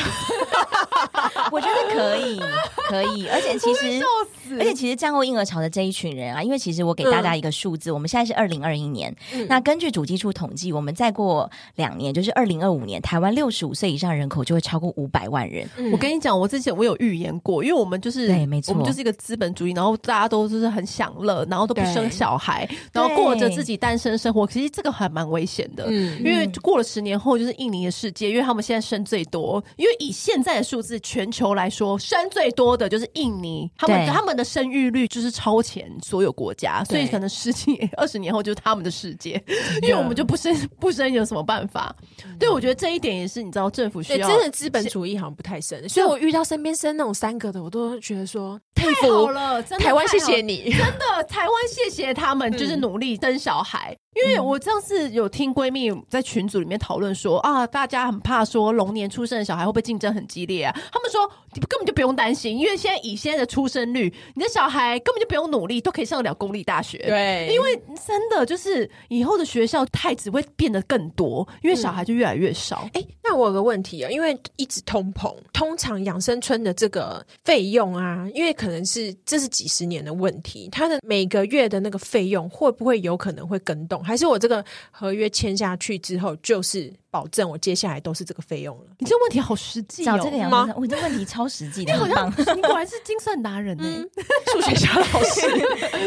Speaker 3: 我觉得可以，可以，而且其实
Speaker 1: 笑。死！嗯
Speaker 3: 而且其实战后婴儿潮的这一群人啊，因为其实我给大家一个数字，我们现在是二零二一年，那根据主计处统计，我们再过两年，就是二零二五年，台湾六十五岁以上人口就会超过五百万人。
Speaker 2: 嗯
Speaker 1: 我跟你讲，我之前我有预言过，因为我们就是
Speaker 3: 对没错
Speaker 1: 我们就是一个资本主义，然后大家都就是很享乐，然后都不
Speaker 2: 对
Speaker 1: 生小孩，然后过着自己单身生活。其实这个还蛮危险的，
Speaker 2: 嗯
Speaker 1: 因为过了十年后就是印尼的世界，因为他们现在生最多，因为以现在的数字全球来说，生最多的就是印尼，他们
Speaker 3: 对
Speaker 1: 他们的生育率就是超前所有国家，所以
Speaker 2: 对
Speaker 1: 可能十几二十年后就是他们的世界，因为我们就不生不生有什么办法？对，我觉得这一点也是你知道政府需
Speaker 2: 嗯对，
Speaker 1: 要
Speaker 2: 真的资本主义好像不太深，所以我遇到身边生那种三个的，我都觉得说佩
Speaker 1: 太好
Speaker 2: 服
Speaker 1: 了，真的
Speaker 2: 台湾，
Speaker 1: 太
Speaker 2: 谢
Speaker 1: 好了
Speaker 2: 谢嗯你。
Speaker 1: 真的，台湾谢谢他们，就是努力生小孩。因
Speaker 2: 嗯
Speaker 1: 为我上次有听闺蜜在群组里面讨论说啊，大家很怕说龙年出生的小孩会不会竞争很激烈啊？他们说你根本就不用担心，因为现在以现在的出生率，你的小孩根本就不用努力，都可以上得了公立大学。。
Speaker 2: 对
Speaker 1: 因为真的就是以后的学校太只会变得更多，因为小
Speaker 2: 嗯
Speaker 1: 孩就越来越少。
Speaker 2: 哎、那我有个问题啊、因为一直通膨，通常养生村的这个费用啊，因为可能是这是几十年的问题，它的每个月的那个费用会不会有可能会跟动？还是我这个合约签下去之后，就是保证我接下来都是这个费用了？ [laughs]
Speaker 1: 你这个问题好实际
Speaker 3: 找
Speaker 1: 哦，
Speaker 3: 这个
Speaker 1: 你
Speaker 3: 养
Speaker 2: 吗
Speaker 3: 生村，我这问题超实际的，
Speaker 1: 好
Speaker 3: 很棒
Speaker 1: 像。 [laughs] 你果然是精算达人欸
Speaker 2: 嗯
Speaker 1: 呢、
Speaker 2: 数学小
Speaker 1: [laughs]
Speaker 2: 老师，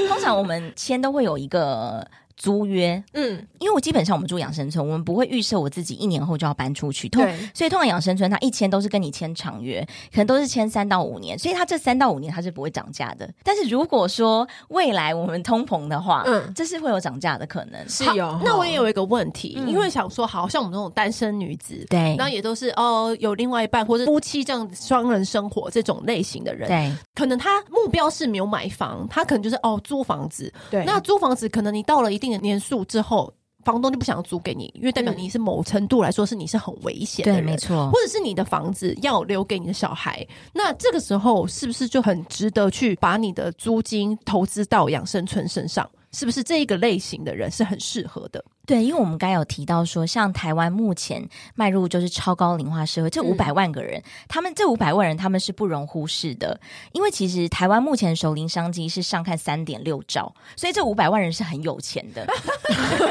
Speaker 3: 通常我们签都会有一个租约，
Speaker 2: 嗯，
Speaker 3: 因为我基本上我们住养生村，我们不会预设我自己一年后就要搬出去。通
Speaker 2: 对
Speaker 3: 所以通常养生村它一签都是跟你签长约，可能都是签三到五年，所以它这三到五年它是不会涨价的。但是如果说未来我们通膨的话，
Speaker 2: 嗯
Speaker 3: 这是会有涨价的可能。
Speaker 2: 是
Speaker 1: 好
Speaker 2: 有。
Speaker 1: 那我也有一个问题，
Speaker 3: 嗯
Speaker 1: 因为想说，好像我们这种单身女子，
Speaker 3: 对
Speaker 1: 然后也都是哦有另外一半或者夫妻这样双人生活这种类型的人，
Speaker 3: 对，
Speaker 1: 可能他目标是没有买房，他可能就是哦租房子。
Speaker 2: 对，
Speaker 1: 那租房子可能你到了一定的年数之后，房东就不想租给你，因为代表
Speaker 2: 嗯
Speaker 1: 你是某程度来说是你是很危险的
Speaker 3: 对，
Speaker 1: 人，
Speaker 3: 没错
Speaker 1: 或。者是你的房子要留给你的小孩，那这个时候是不是就很值得去把你的租金投资到养生村身上？是不是这一个类型的人是很适合 [laughs] 的？
Speaker 3: 对，因为我们刚才有提到说，像台湾目前迈入就是超高龄化社会，这
Speaker 2: 嗯
Speaker 3: 五百万个人，他们这五百万人他们是不容忽视的，因为其实台湾目前首龄商机是上看三点六兆，所以这五百万人是很有钱的。
Speaker 1: 所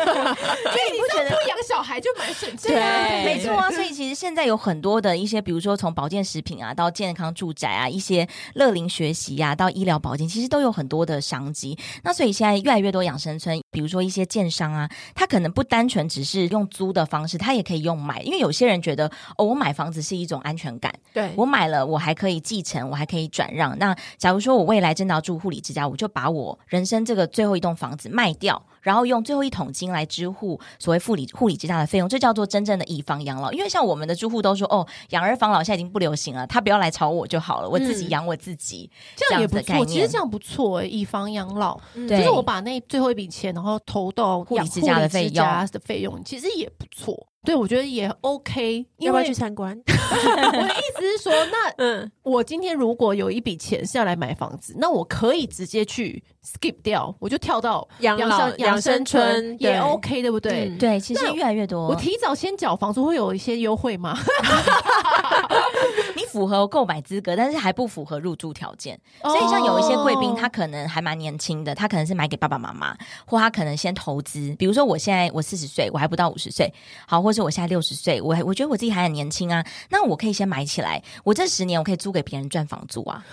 Speaker 1: 以你不觉得不养小孩就蛮省钱
Speaker 2: 对
Speaker 1: 的？
Speaker 3: 没错啊，所以其实现在有很多的一些，比如说从保健食品啊，到健康住宅啊，一些乐龄学习啊，到医疗保健，其实都有很多的商机。那所以现在越来越多养生村，比如说一些建商啊，他可能不单纯只是用租的方式，他也可以用买，因为有些人觉得哦，我买房子是一种安全感，
Speaker 2: 对，
Speaker 3: 我买了我还可以继承，我还可以转让。那假如说我未来真的要住护理之家，我就把我人生这个最后一栋房子卖掉。然后用最后一桶金来支付所谓护理护理之家的费用，这叫做真正的以房养老。因为像我们的住户都说，哦，养儿防老现在已经不流行了，他不要来吵我就好了，我自己
Speaker 2: 嗯
Speaker 3: 养我自己。
Speaker 1: 这样也不
Speaker 3: 这样
Speaker 1: 错。
Speaker 3: 子的概念
Speaker 1: 其实这样不错诶、以房养老，
Speaker 2: 嗯
Speaker 1: 就
Speaker 3: 对
Speaker 1: 是我把那最后一笔钱，然后投到
Speaker 3: 护理
Speaker 1: 养
Speaker 3: 之家
Speaker 1: 护理
Speaker 3: 的
Speaker 1: 之
Speaker 3: 费用
Speaker 1: 家的费用，其实也不错。对，我觉得也 OK。
Speaker 2: 要
Speaker 1: 因
Speaker 2: 不要
Speaker 1: 为
Speaker 2: 去参
Speaker 1: [laughs]
Speaker 2: 观？
Speaker 1: 我的意思是说，那
Speaker 2: 嗯，
Speaker 1: 我今天如果有一笔钱是要来买房子，那我可以直接去 skip 掉，我就跳到
Speaker 2: 养
Speaker 1: 养
Speaker 2: 老
Speaker 1: 生养生村也
Speaker 2: 对
Speaker 1: OK，对不对？
Speaker 2: 嗯
Speaker 3: 对，其实
Speaker 1: 那
Speaker 3: 越来越多，
Speaker 1: 我提早先缴房租会有一些优惠吗？
Speaker 3: 你符合购买资格，但是还不符合入住条件。所以像有一些贵
Speaker 1: 哦
Speaker 3: 宾，他可能还蛮年轻的，他可能是买给爸爸妈妈，或他可能先投资。比如说我现在我四十岁，我还不到五十岁，好，或是我现在六十岁，我还我觉得我自己还很年轻啊，那我可以先买起来，我这十年我可以租给别人赚房租啊，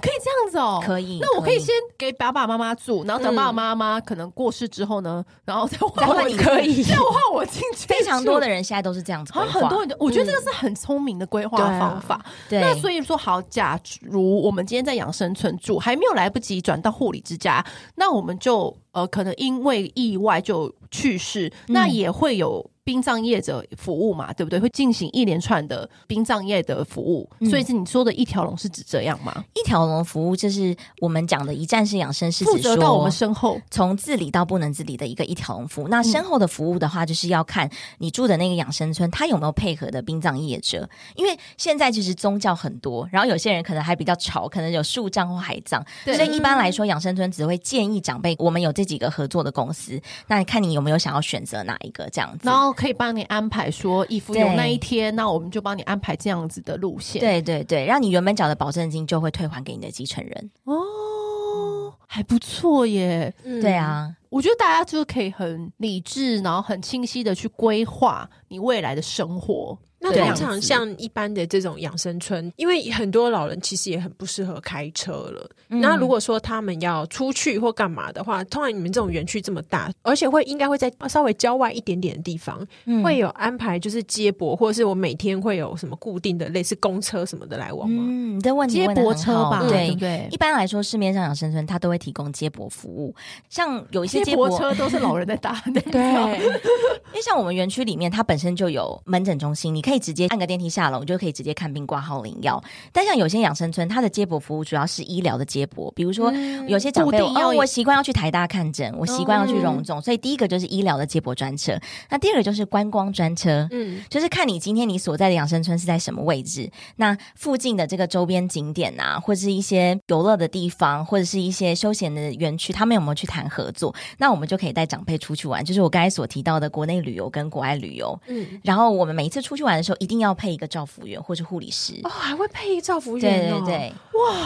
Speaker 1: 可以这样子哦，
Speaker 3: 可以。
Speaker 1: 那我可以先给爸爸妈妈住，然后等爸爸妈妈可能过世之后呢，然后再
Speaker 3: 再
Speaker 1: 换
Speaker 3: 换
Speaker 1: 我
Speaker 3: 你
Speaker 1: 可 [laughs]
Speaker 3: 以
Speaker 1: 再换我进去住。
Speaker 3: 非常多的人现在都是这样子规
Speaker 1: 好像啊
Speaker 3: 划，
Speaker 1: 很多人就，我觉得这个是很聪明的规划
Speaker 2: 对啊
Speaker 1: 方法。
Speaker 3: 对，
Speaker 1: 那所以说，好，假如我们今天在养生村住，还没有来不及转到护理之家，那我们就呃，可能因为意外就去世，那也会有。殡葬业者服务嘛，对不对？会进行一连串的殡葬业的服务，
Speaker 3: 嗯
Speaker 1: 所以是你说的一条龙是指这样吗？
Speaker 3: 一条龙服务就是我们讲的一站式养生，是
Speaker 1: 负
Speaker 3: 指
Speaker 1: 责
Speaker 3: 说
Speaker 1: 到我们身后，
Speaker 3: 从自理到不能自理的一个一条龙服务。
Speaker 1: 嗯
Speaker 3: 那身后的服务的话，就是要看你住的那个养生村，它有没有配合的殡葬业者。因为现在其实宗教很多，然后有些人可能还比较吵，可能有树葬或海葬，
Speaker 1: 对
Speaker 3: 所以一般来说，养生村只会建议长辈，我们有这几个合作的公司，那你看你有没有想要选择哪一个这样子
Speaker 1: 然？后可以帮你安排说，义父有
Speaker 3: 对
Speaker 1: 那一天，那我们就帮你安排这样子的路线。
Speaker 3: 对对对，让你原本缴的保证金就会退还给你的继承人。
Speaker 1: 哦，还不错耶。
Speaker 2: 嗯
Speaker 3: 对，啊，
Speaker 1: 我觉得大家就可以很理智，然后很清晰的去规划你未来的生活。
Speaker 2: 那
Speaker 3: 对
Speaker 2: 通常像一般的这种养生村，因为很多老人其实也很不适合开车了。
Speaker 3: 嗯
Speaker 2: 那、如果说他们要出去或干嘛的话，通常你们这种园区这么大，而且会应该会在呃稍微郊外一点点的地方，
Speaker 3: 嗯
Speaker 2: 会有安排就是接驳，或者是我每天会有什么固定的类似公车什么的来往吗？
Speaker 3: 嗯，你这问题
Speaker 1: 接
Speaker 3: 问得
Speaker 1: 驳
Speaker 3: 很
Speaker 1: 车
Speaker 3: 好
Speaker 1: 吧，对
Speaker 3: 对
Speaker 1: 不。对
Speaker 3: 一？般来说，市面上养生村它都会提供接驳服务，像有一些接
Speaker 1: 接
Speaker 3: 驳
Speaker 1: 驳
Speaker 3: [laughs]
Speaker 1: 车都是老人在搭的，
Speaker 2: 嗯对，
Speaker 3: 因为像我们园区里面，它本身就有门诊中心，你可以直接按个电梯下楼，你就可以直接看病、挂号、领药。但像有些养生村，它的接驳服务主要是医疗的接驳，比如说有些长辈，
Speaker 1: 嗯固定要哦
Speaker 3: 哦，我习惯要去台大看诊，我习惯要去荣总，所以第一个就是医疗的接驳专车，那第二个就是观光专车。
Speaker 2: [laughs] 嗯，
Speaker 3: 就是看你今天你所在的养生村是在什么位置，那附近的这个周边景点啊，或是一些游乐的地方，或者是一些休闲的园区，他们有没有去谈合作？那我们就可以带长辈出去玩，就是我刚才所提到的国内旅游跟国外旅游。
Speaker 2: 嗯，
Speaker 3: 然后我们每一次出去玩的时候，一定要配一个照服员或是护理师。
Speaker 2: 哦，还会配照服
Speaker 3: 对
Speaker 2: 员
Speaker 3: 对
Speaker 2: 哦，
Speaker 3: 对，啊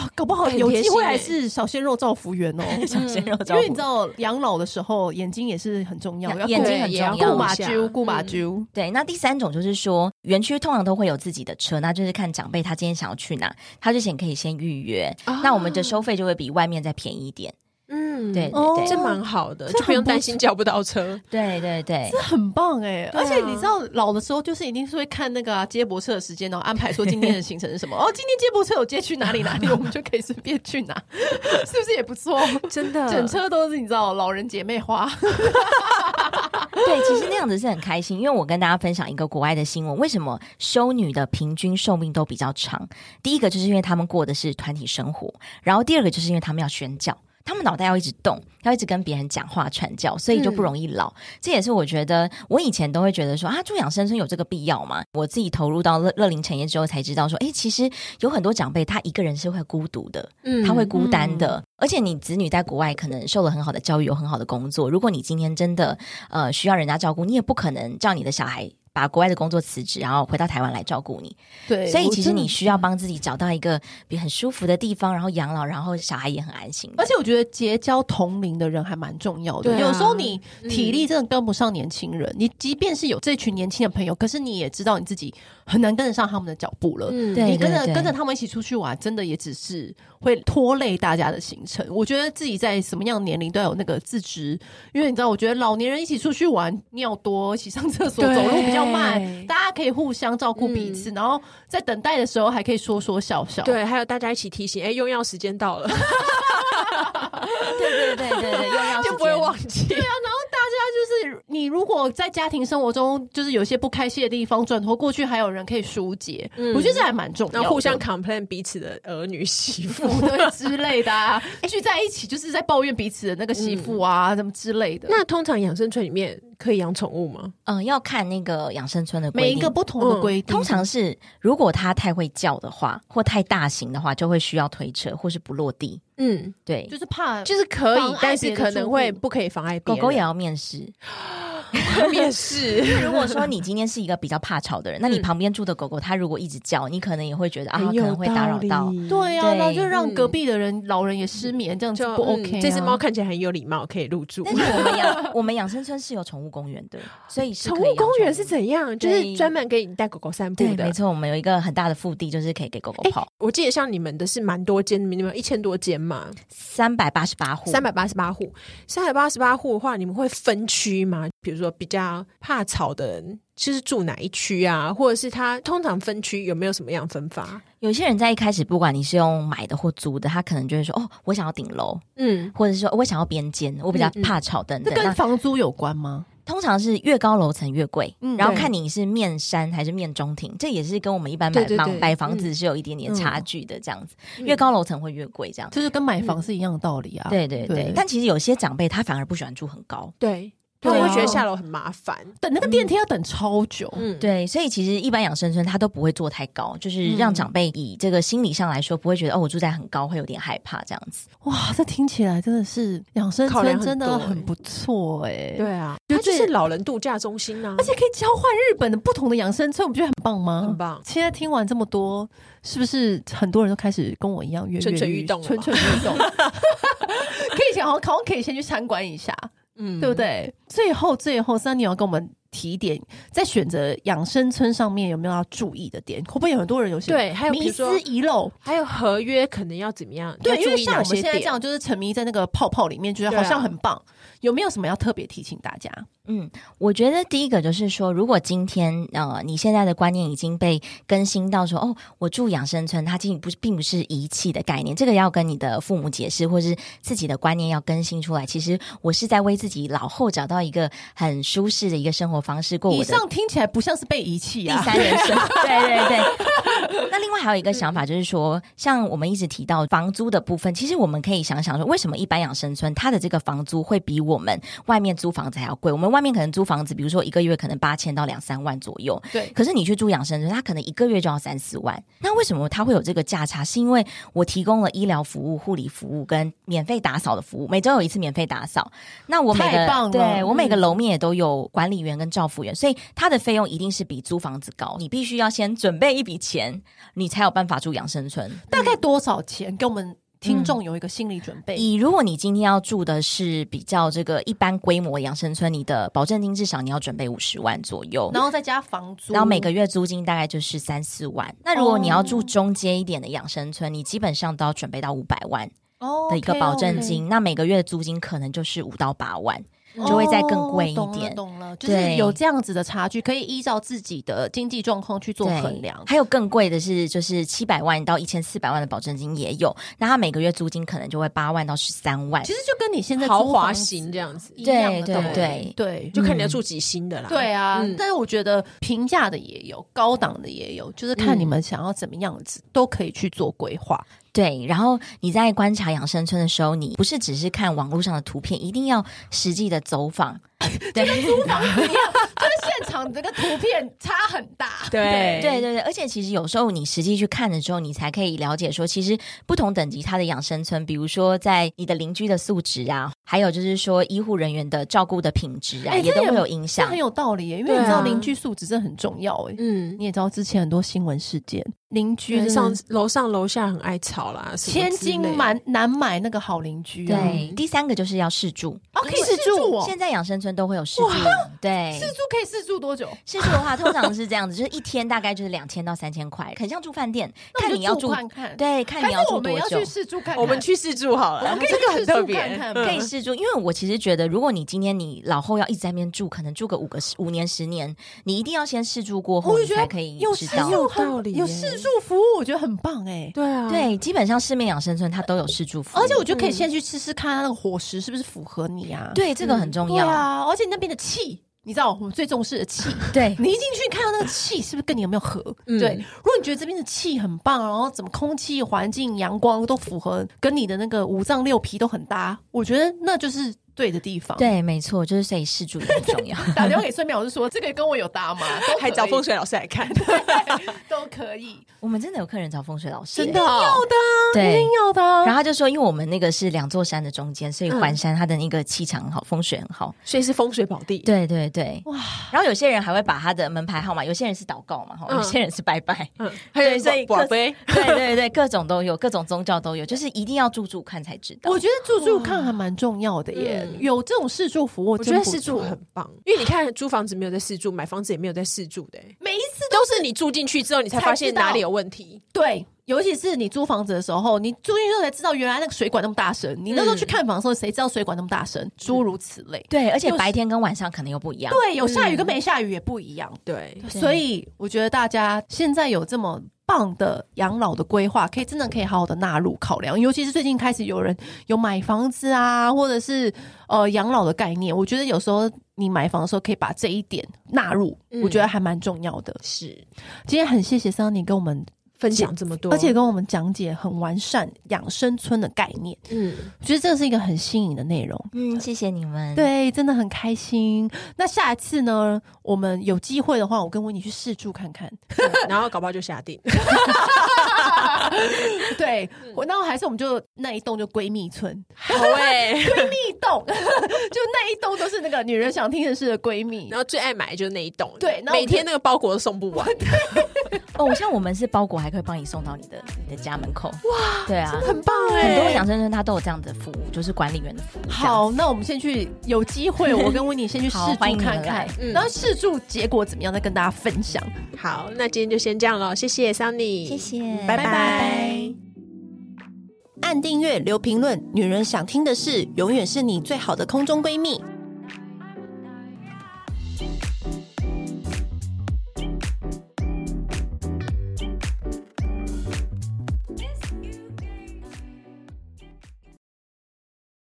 Speaker 1: 哇，搞不好
Speaker 2: 很
Speaker 1: [laughs] 有
Speaker 2: 贴
Speaker 1: 机
Speaker 2: 心
Speaker 1: 会
Speaker 2: 欸
Speaker 1: 还是小鲜肉造福员哦。
Speaker 3: [laughs] 小鲜肉照
Speaker 1: 因
Speaker 3: 服
Speaker 1: 为你知道养老的时候眼睛也是很重要，要
Speaker 3: 眼睛
Speaker 2: 对
Speaker 3: 很
Speaker 2: 也
Speaker 3: 重
Speaker 2: 要
Speaker 3: 要，
Speaker 1: 顾
Speaker 2: 嘛
Speaker 1: 马啾，顾马
Speaker 2: 嗯
Speaker 1: 啾。
Speaker 3: 对，那第三种就是说，园区通常都会有自己的车，那就是看长辈他今天想要去哪，他之前可以先预约，
Speaker 2: 啊
Speaker 3: 那我们的收费就会比外面再便宜一点。
Speaker 2: 嗯，
Speaker 3: 对对
Speaker 1: 哦
Speaker 3: 对，
Speaker 2: 这蛮好的，
Speaker 1: 这
Speaker 2: 就不用
Speaker 1: 很不
Speaker 2: 担心叫不到车。
Speaker 3: 对对对
Speaker 1: 这很棒哎、
Speaker 2: 对啊
Speaker 1: 而且你知道老的时候就是一定是会看那个、啊、接驳车的时间，然后安排说今天的行程是什么。哦，今天接驳车有接去哪里哪里，我们就可以顺便去
Speaker 3: [laughs]
Speaker 1: 哪，是不是也不错？
Speaker 2: 真
Speaker 3: 嗯
Speaker 2: 的
Speaker 1: 整车都是你知道老人姐妹花，
Speaker 3: 对，其实那样子是很开心，因为我跟大家分享一个国外的新闻，为什么修女的平均寿命都比较长？第一个就是因为他们过的是团体生活，然后第二个就是因为他们要宣教。他们脑袋要一直动，要一直跟别人讲话传教，所以就不容易老。这也是我觉得，我以前都会觉得说啊，住养生村有这个必要吗？我自己投入到乐乐龄产业之后，才知道说，诶，其实有很多长辈他一个人是会孤独的，
Speaker 2: 嗯
Speaker 3: 他会孤单的。而且你子女在国外可能受了很好的教育，有很好的工作。如果你今天真的呃需要人家照顾，你也不可能叫你的小孩把国外的工作辞职，然后回到台湾来照顾你。
Speaker 1: 对
Speaker 3: 所以其实你需要帮自己找到一个比很舒服的地方，然后养老，然后小孩也很安心。
Speaker 1: [laughs] 而且我觉得结交同龄的人还蛮重要的。
Speaker 2: 对啊
Speaker 1: 有时候你体力真的跟不上年轻人，你即便是有这群年轻的朋友，可是你也知道你自己很难跟得上他们的脚步了。
Speaker 2: 嗯
Speaker 3: 对
Speaker 1: 你跟着
Speaker 3: 对对
Speaker 1: 跟着他们一起出去玩，真的也只是会拖累大家的行程。我觉得自己在什么样的年龄都要有那个自知，因为你知道，我觉得老年人一起出去玩，尿多，一起上厕所，
Speaker 2: 对
Speaker 1: 走路比较慢，大家可以互相照顾彼此，然后在等待的时候还可以说说笑笑。
Speaker 2: 嗯对，还有大家一起提醒，哎，用药时
Speaker 1: [laughs]
Speaker 2: 间到了，
Speaker 3: 对对对对对，又 [laughs] 要时
Speaker 2: 就
Speaker 3: 间
Speaker 2: 不会忘记。
Speaker 1: 啊大家就是你如果在家庭生活中就是有些不开心的地方，转头过去还有人可以疏解，我觉得这还蛮重要
Speaker 2: 然
Speaker 1: 的，
Speaker 2: 嗯后
Speaker 1: [laughs]
Speaker 2: 互相 complain 彼此的儿女媳妇。
Speaker 1: 对之类的、啊， [laughs] 聚在一起就是在抱怨彼此的那个媳妇啊，什么之类的。
Speaker 2: [laughs] 嗯那通常养生村里面可以养宠物吗？
Speaker 3: 嗯、要看那个养生村的规
Speaker 1: 每
Speaker 3: 定
Speaker 1: 一个不同的规定，
Speaker 2: 嗯
Speaker 3: 通常是，如果他太会叫的话，或太大型的话，就会需要推车或是不落地。
Speaker 2: 嗯，
Speaker 3: 对，
Speaker 1: 就是怕
Speaker 2: 就是可
Speaker 1: 妨
Speaker 2: 以
Speaker 1: 碍，
Speaker 2: 但是可能
Speaker 1: 别的
Speaker 2: 会
Speaker 1: 住户
Speaker 2: 不可以妨碍别
Speaker 3: 狗
Speaker 2: 人
Speaker 3: 狗也要面试。
Speaker 2: 面 [laughs] 试。
Speaker 3: 如果说你今天是一个比较怕吵的人，
Speaker 2: 嗯
Speaker 3: 那你旁边住的狗狗它如果一直叫，你可能也会觉得啊，它
Speaker 2: 哎
Speaker 3: 可能会打扰到。
Speaker 1: 对啊，
Speaker 3: 对
Speaker 1: 然后就让
Speaker 2: 嗯
Speaker 1: 隔壁的人、老人也失眠，这样子
Speaker 2: 就
Speaker 1: 不 OK 啊、
Speaker 2: 嗯这只猫看起来很有礼貌，可以入住
Speaker 3: 但。是我们养我们养生村是有宠物公园的，所以是
Speaker 2: [laughs] 宠
Speaker 3: 可以
Speaker 2: 物
Speaker 3: 养
Speaker 2: 公园
Speaker 3: 宠
Speaker 2: 是
Speaker 3: 物
Speaker 2: 怎样？就
Speaker 3: 对
Speaker 2: 是专门给你带狗狗散步
Speaker 3: 对，
Speaker 2: 的
Speaker 3: 没。错，我们有一个很大的腹地，就是可以给狗狗
Speaker 2: 哎
Speaker 3: 跑，
Speaker 2: 我记得像你们的是蛮多间，你们有一千多间嘛，
Speaker 3: 三百八十八户，
Speaker 2: 三百八十八户，三百八十八户的话，你们会分区吗？比如说比较怕吵的人，就是住哪一区啊，或者是他通常分区有没有什么样分法？
Speaker 3: 有些人在一开始，不管你是用买的或租的，他可能就会说哦，我想要顶楼，
Speaker 2: 嗯，
Speaker 3: 或者是说哦我想要边间，我比较
Speaker 2: 嗯嗯
Speaker 3: 怕吵等
Speaker 1: 这
Speaker 3: 等。
Speaker 1: 跟
Speaker 3: 那
Speaker 1: 房租有关吗？
Speaker 3: 通常是越高楼层越贵，
Speaker 1: 嗯
Speaker 3: 然后
Speaker 2: 对
Speaker 3: 看你是面山还是面中庭，这也是跟我们一般买
Speaker 2: 对对
Speaker 3: 房
Speaker 2: 对嗯
Speaker 3: 买房子是有一点点差距的，这样子，越高楼层会越贵，这样。
Speaker 1: 就是跟买房是一样的道理啊。
Speaker 3: 对对对，但其实有些长辈他反而不喜欢住很高，
Speaker 2: 对，他们会觉得
Speaker 1: 对啊
Speaker 2: 下楼很麻烦。
Speaker 1: 等那个电梯要等超久。
Speaker 2: 嗯，
Speaker 3: 对，所以其实一般养生村它都不会做太高，就是
Speaker 2: 嗯
Speaker 3: 让长辈以这个心理上来说，不会觉得哦，我住在很高会有点害怕这样子。
Speaker 1: 哇，这听起来真的是养生
Speaker 2: 考量
Speaker 1: 村
Speaker 2: 很
Speaker 1: 真的
Speaker 2: 多
Speaker 1: 很
Speaker 2: 欸
Speaker 1: 不错哎、
Speaker 2: 对啊，
Speaker 1: 就
Speaker 2: 它就
Speaker 1: 最
Speaker 2: 是老人度假中心啊呐、
Speaker 1: 而且可以交换日本的不同的养生村，我不觉得很棒吗？
Speaker 2: 很棒
Speaker 1: 现在听完这么多，是不是很多人都开始跟我一样跃跃
Speaker 2: 蠢蠢欲动了
Speaker 1: 蠢
Speaker 2: 吧
Speaker 1: 蠢欲动？ [laughs] 可以想，好像可以先去参观一下，
Speaker 2: 嗯
Speaker 1: 对不？对？最后，最后，三你要跟我们提一点，在选择养生村上面有没有要注意的点？会不会有很多人有些
Speaker 2: 对还有比
Speaker 1: 迷
Speaker 2: 如说
Speaker 1: 思遗漏？
Speaker 2: 还有合约可能要怎么样？
Speaker 1: 对，
Speaker 2: 要
Speaker 1: 因
Speaker 2: 注
Speaker 1: 为
Speaker 2: 意
Speaker 1: 像
Speaker 2: 哪
Speaker 1: 我们
Speaker 2: 些
Speaker 1: 现在这样，
Speaker 2: 点？
Speaker 1: 就是沉迷在那个泡泡里面，觉得
Speaker 2: 对啊
Speaker 1: 好像很棒。有没有什么要特别提醒大家？
Speaker 3: 嗯，我觉得第一个就是说，如果今天呃你现在的观念已经被更新到说，哦，我住养生村，它并不是并不是遗弃的概念，这个要跟你的父母解释，或是自己的观念要更新出来。其实我是在为自己老后找到一个很舒适的一个生活方式，过
Speaker 1: 以
Speaker 3: 我的
Speaker 1: 上听起来不像是被遗弃啊
Speaker 3: 第，三人生，对对对。那另外还有一个想法就是说，像我们一直提到房租的部分，其实我们可以想想说，为什么一般养生村它的这个房租会比我们外面租房子还要贵？我们外面可能租房子，比如说一个月可能八千到两三万左右，
Speaker 1: 对
Speaker 3: 可是你去住养生村，它可能一个月就要三四万。那为什么它会有这个价差？是因为我提供了医疗服务、护理服务跟免费打扫的服务，每周有一次免费打扫。那我每
Speaker 1: 太棒了
Speaker 3: 个对我每个
Speaker 1: 嗯
Speaker 3: 楼面也都有管理员跟照服员，所以它的费用一定是比租房子高。你必须要先准备一笔钱，你才有办法住养生村。
Speaker 1: 大概多少钱？给我们听
Speaker 3: 嗯
Speaker 1: 众有一个心理准备。
Speaker 3: 以如果你今天要住的是比较这个一般规模的养生村，你的保证金至少你要准备五十万左右。
Speaker 1: 然后再加房租，
Speaker 3: 然后每个月租金大概就是三四万。那如果你要住
Speaker 1: 哦
Speaker 3: 中阶一点的养生村，你基本上都要准备到五百万
Speaker 1: 哦
Speaker 3: 的一个保证金，那每个月的租金可能就是五到八万。
Speaker 1: 哦
Speaker 3: 就会再更贵一
Speaker 1: 懂了
Speaker 3: 点
Speaker 1: 懂了，就
Speaker 3: 对
Speaker 1: 是有这样子的差距，可以依照自己的经济状况去做
Speaker 3: 对
Speaker 1: 衡量。
Speaker 3: 还有更贵的是，就是七百万到一千四百万的保证金也有，那他每个月租金可能就会八万到十三万
Speaker 1: 其。实就跟你现在
Speaker 2: 豪
Speaker 1: 租
Speaker 2: 华
Speaker 1: 房子
Speaker 2: 型这样子，
Speaker 1: 一样的
Speaker 3: 对
Speaker 1: 道理
Speaker 3: 对
Speaker 1: 对，
Speaker 2: 就看你要
Speaker 3: 嗯
Speaker 2: 住几星的啦。
Speaker 1: 对啊，
Speaker 2: 嗯
Speaker 1: 但是我觉得平价的也有，高档的也有，就是看你们想要怎么样子，都可以去做规划。
Speaker 3: 对，然后你在观察养生村的时候，你不是只是看网络上的图片，一定要实际的
Speaker 1: [laughs]
Speaker 3: 走访。对，
Speaker 1: 就是 [laughs] 现场这个图片差很大，
Speaker 2: 对
Speaker 3: 对对对，而且其实有时候你实际去看了之后，你才可以了解说，其实不同等级它的养生村，比如说在你的邻居的素质啊，还有就是说医护人员的照顾的品质啊，
Speaker 1: 哎
Speaker 3: 也
Speaker 1: 这
Speaker 3: 都
Speaker 1: 也
Speaker 3: 会有影
Speaker 1: [laughs] 这
Speaker 3: 响
Speaker 1: 很。有道理耶，因为
Speaker 2: 对啊
Speaker 1: 你知道邻居素质真的很重要哎。
Speaker 2: 嗯，
Speaker 1: 你也知道之前很多新闻事件，邻居真的
Speaker 2: 上楼上楼下很爱吵啦，什么
Speaker 1: 千
Speaker 2: 之
Speaker 1: 金
Speaker 2: 类的
Speaker 1: 蛮难买那个好邻居、啊，
Speaker 3: 对，第三个就是要试住，
Speaker 1: 啊，可以
Speaker 3: 因为
Speaker 1: 试住哦，
Speaker 3: 现在养生村都会有试住，对。
Speaker 1: 试住可以试住多久？
Speaker 3: 试住的话，通常是这样子， [laughs] 就是一天大概就是两千到三千块，很像住饭店，
Speaker 1: 那
Speaker 3: 看
Speaker 1: 就
Speaker 3: 你要住，
Speaker 1: 看看，
Speaker 3: 对，看
Speaker 1: 还
Speaker 3: 你
Speaker 1: 是
Speaker 3: 要住
Speaker 1: 我们
Speaker 3: 多
Speaker 1: 要
Speaker 3: 久
Speaker 1: 去。试住看看，
Speaker 2: [laughs] 我们去试住好了，
Speaker 1: 们可以
Speaker 2: [laughs] 这个很特别
Speaker 1: 去试住看看
Speaker 2: 嗯
Speaker 1: 吗
Speaker 3: 可以试住，因为我其实觉得，如果你今天你老后要一直在那边住，可能住个五个十五年、十年，你一定要先试住过后，
Speaker 1: 我就
Speaker 3: 你
Speaker 1: 觉
Speaker 3: 才
Speaker 1: 得
Speaker 3: 可以
Speaker 1: 有
Speaker 3: 知
Speaker 1: 试
Speaker 3: 道。
Speaker 1: 住
Speaker 2: 有
Speaker 1: 很
Speaker 2: 道理耶
Speaker 1: 有试住服务，我觉得很棒哎、
Speaker 2: 对啊，
Speaker 3: 对，基本上市面养生村它都有试住服务，
Speaker 1: 而且我觉得可以先去吃吃看它那个伙食是不是符合你啊？
Speaker 3: 对这个很重
Speaker 1: 嗯对
Speaker 3: 要。
Speaker 1: 啊，而且那边的气，你知道我们最重视的 [laughs] 气。
Speaker 3: 对
Speaker 1: 你一进去看到那个气是不是跟你有没有合？
Speaker 2: 嗯
Speaker 1: 对，如果你觉得这边的气很棒，然后怎么空气、环境、阳光都符合，跟你的那个五脏六皮都很搭，我觉得那就是对的地方。，
Speaker 3: [laughs] 对，没错，就是所以试住也很重要。
Speaker 1: [laughs] 打电话给孙淼，我就说这个跟我有搭吗？都可以
Speaker 2: 还找风水老师来看，
Speaker 1: 都可以，
Speaker 3: 我们真的有客人找风水老师，
Speaker 2: 真的哦，
Speaker 1: 要的啊，一
Speaker 3: 对
Speaker 1: 定要的啊。
Speaker 3: 然后他就说，因为我们那个是两座山的中间，所以
Speaker 1: 嗯
Speaker 3: 环山它的那个气场很好，风水很好。
Speaker 2: 所以是风水宝地。
Speaker 3: 对对对，
Speaker 1: 哇
Speaker 3: 哇！然后有些人还会把他的门牌号码，有些人是祷告嘛，哈
Speaker 2: 嗯
Speaker 3: 有些人是拜拜，
Speaker 2: 嗯，还有
Speaker 3: 对所以
Speaker 2: 宝
Speaker 3: 各
Speaker 2: 贝，
Speaker 3: 对对对，各种都有，各种宗教都有，就是一定要住住看才知道。
Speaker 1: 我觉得住住看还蛮重要的耶，
Speaker 2: 嗯
Speaker 1: 有这种试住服务，我
Speaker 2: 我觉得试住很棒，因为你看租房子没有在试住，买房子也没有在试住的、欸
Speaker 1: 每一次
Speaker 2: 都是你住进去之后，你才发
Speaker 1: 才
Speaker 2: 现
Speaker 1: 知道
Speaker 2: 哪里有问题。
Speaker 1: 对，尤其是你租房子的时候，你住进去之后才知道原来那个水管那么大声。你那时候去看房的时候，谁知道水管那么大声？诸如此类。嗯
Speaker 3: 对，而且
Speaker 1: 就是
Speaker 3: 白天跟晚上可能又不一样。
Speaker 1: 对，有下雨跟没下雨也不一样。
Speaker 2: 对，
Speaker 3: 对
Speaker 1: 所以我觉得大家现在有这么棒的养老的规划，可以真的可以好好的纳入考量。尤其是最近开始有人有买房子啊，或者是呃养老的概念，我觉得有时候你买房的时候可以把这一点纳入，
Speaker 2: 嗯
Speaker 1: 我觉得还蛮重要的。
Speaker 3: 是
Speaker 1: 今天很谢谢桑尼跟我们
Speaker 2: 分享这么多，
Speaker 1: 而且跟我们讲解很完善养生村的概念，
Speaker 2: 嗯，
Speaker 1: 我觉得这是一个很新颖的内容。
Speaker 3: 嗯，谢谢你们。，
Speaker 1: 对，真的很开心。那下一次呢，我们有机会的话，我跟维尼去试住看看。
Speaker 2: 对然后搞不好就下定。
Speaker 1: 对，
Speaker 3: 嗯
Speaker 1: 我那还是我们就那一栋就闺蜜村，
Speaker 2: [laughs] 好哎、
Speaker 1: 闺蜜栋， [laughs] 就那一栋都是那个女人想听的事的闺蜜
Speaker 2: [laughs] 然。后最爱买的就是那一栋，
Speaker 1: 对然后我
Speaker 2: 每天那个包裹都送不完，
Speaker 3: 哦，像我们是包裹，还可以帮你送到你的你的家门口。哇，对啊，
Speaker 1: 很棒哎、
Speaker 3: 很多欸养生村它都有这样的服务，就是管理员的服务。
Speaker 1: 好，那我们先去，有机会我跟温妮先去试
Speaker 3: [laughs] 好
Speaker 1: 住
Speaker 3: 欢迎你
Speaker 1: 看
Speaker 3: 们
Speaker 1: 看
Speaker 3: 来，
Speaker 2: 嗯
Speaker 1: 然后试住结果怎么样再跟大家分享。
Speaker 2: 好，那今天就先这样了，谢谢 Sunny，
Speaker 3: 谢谢
Speaker 2: 拜
Speaker 1: 拜拜按订阅，留评论，女人想听的事，永远是你最好的空中闺蜜。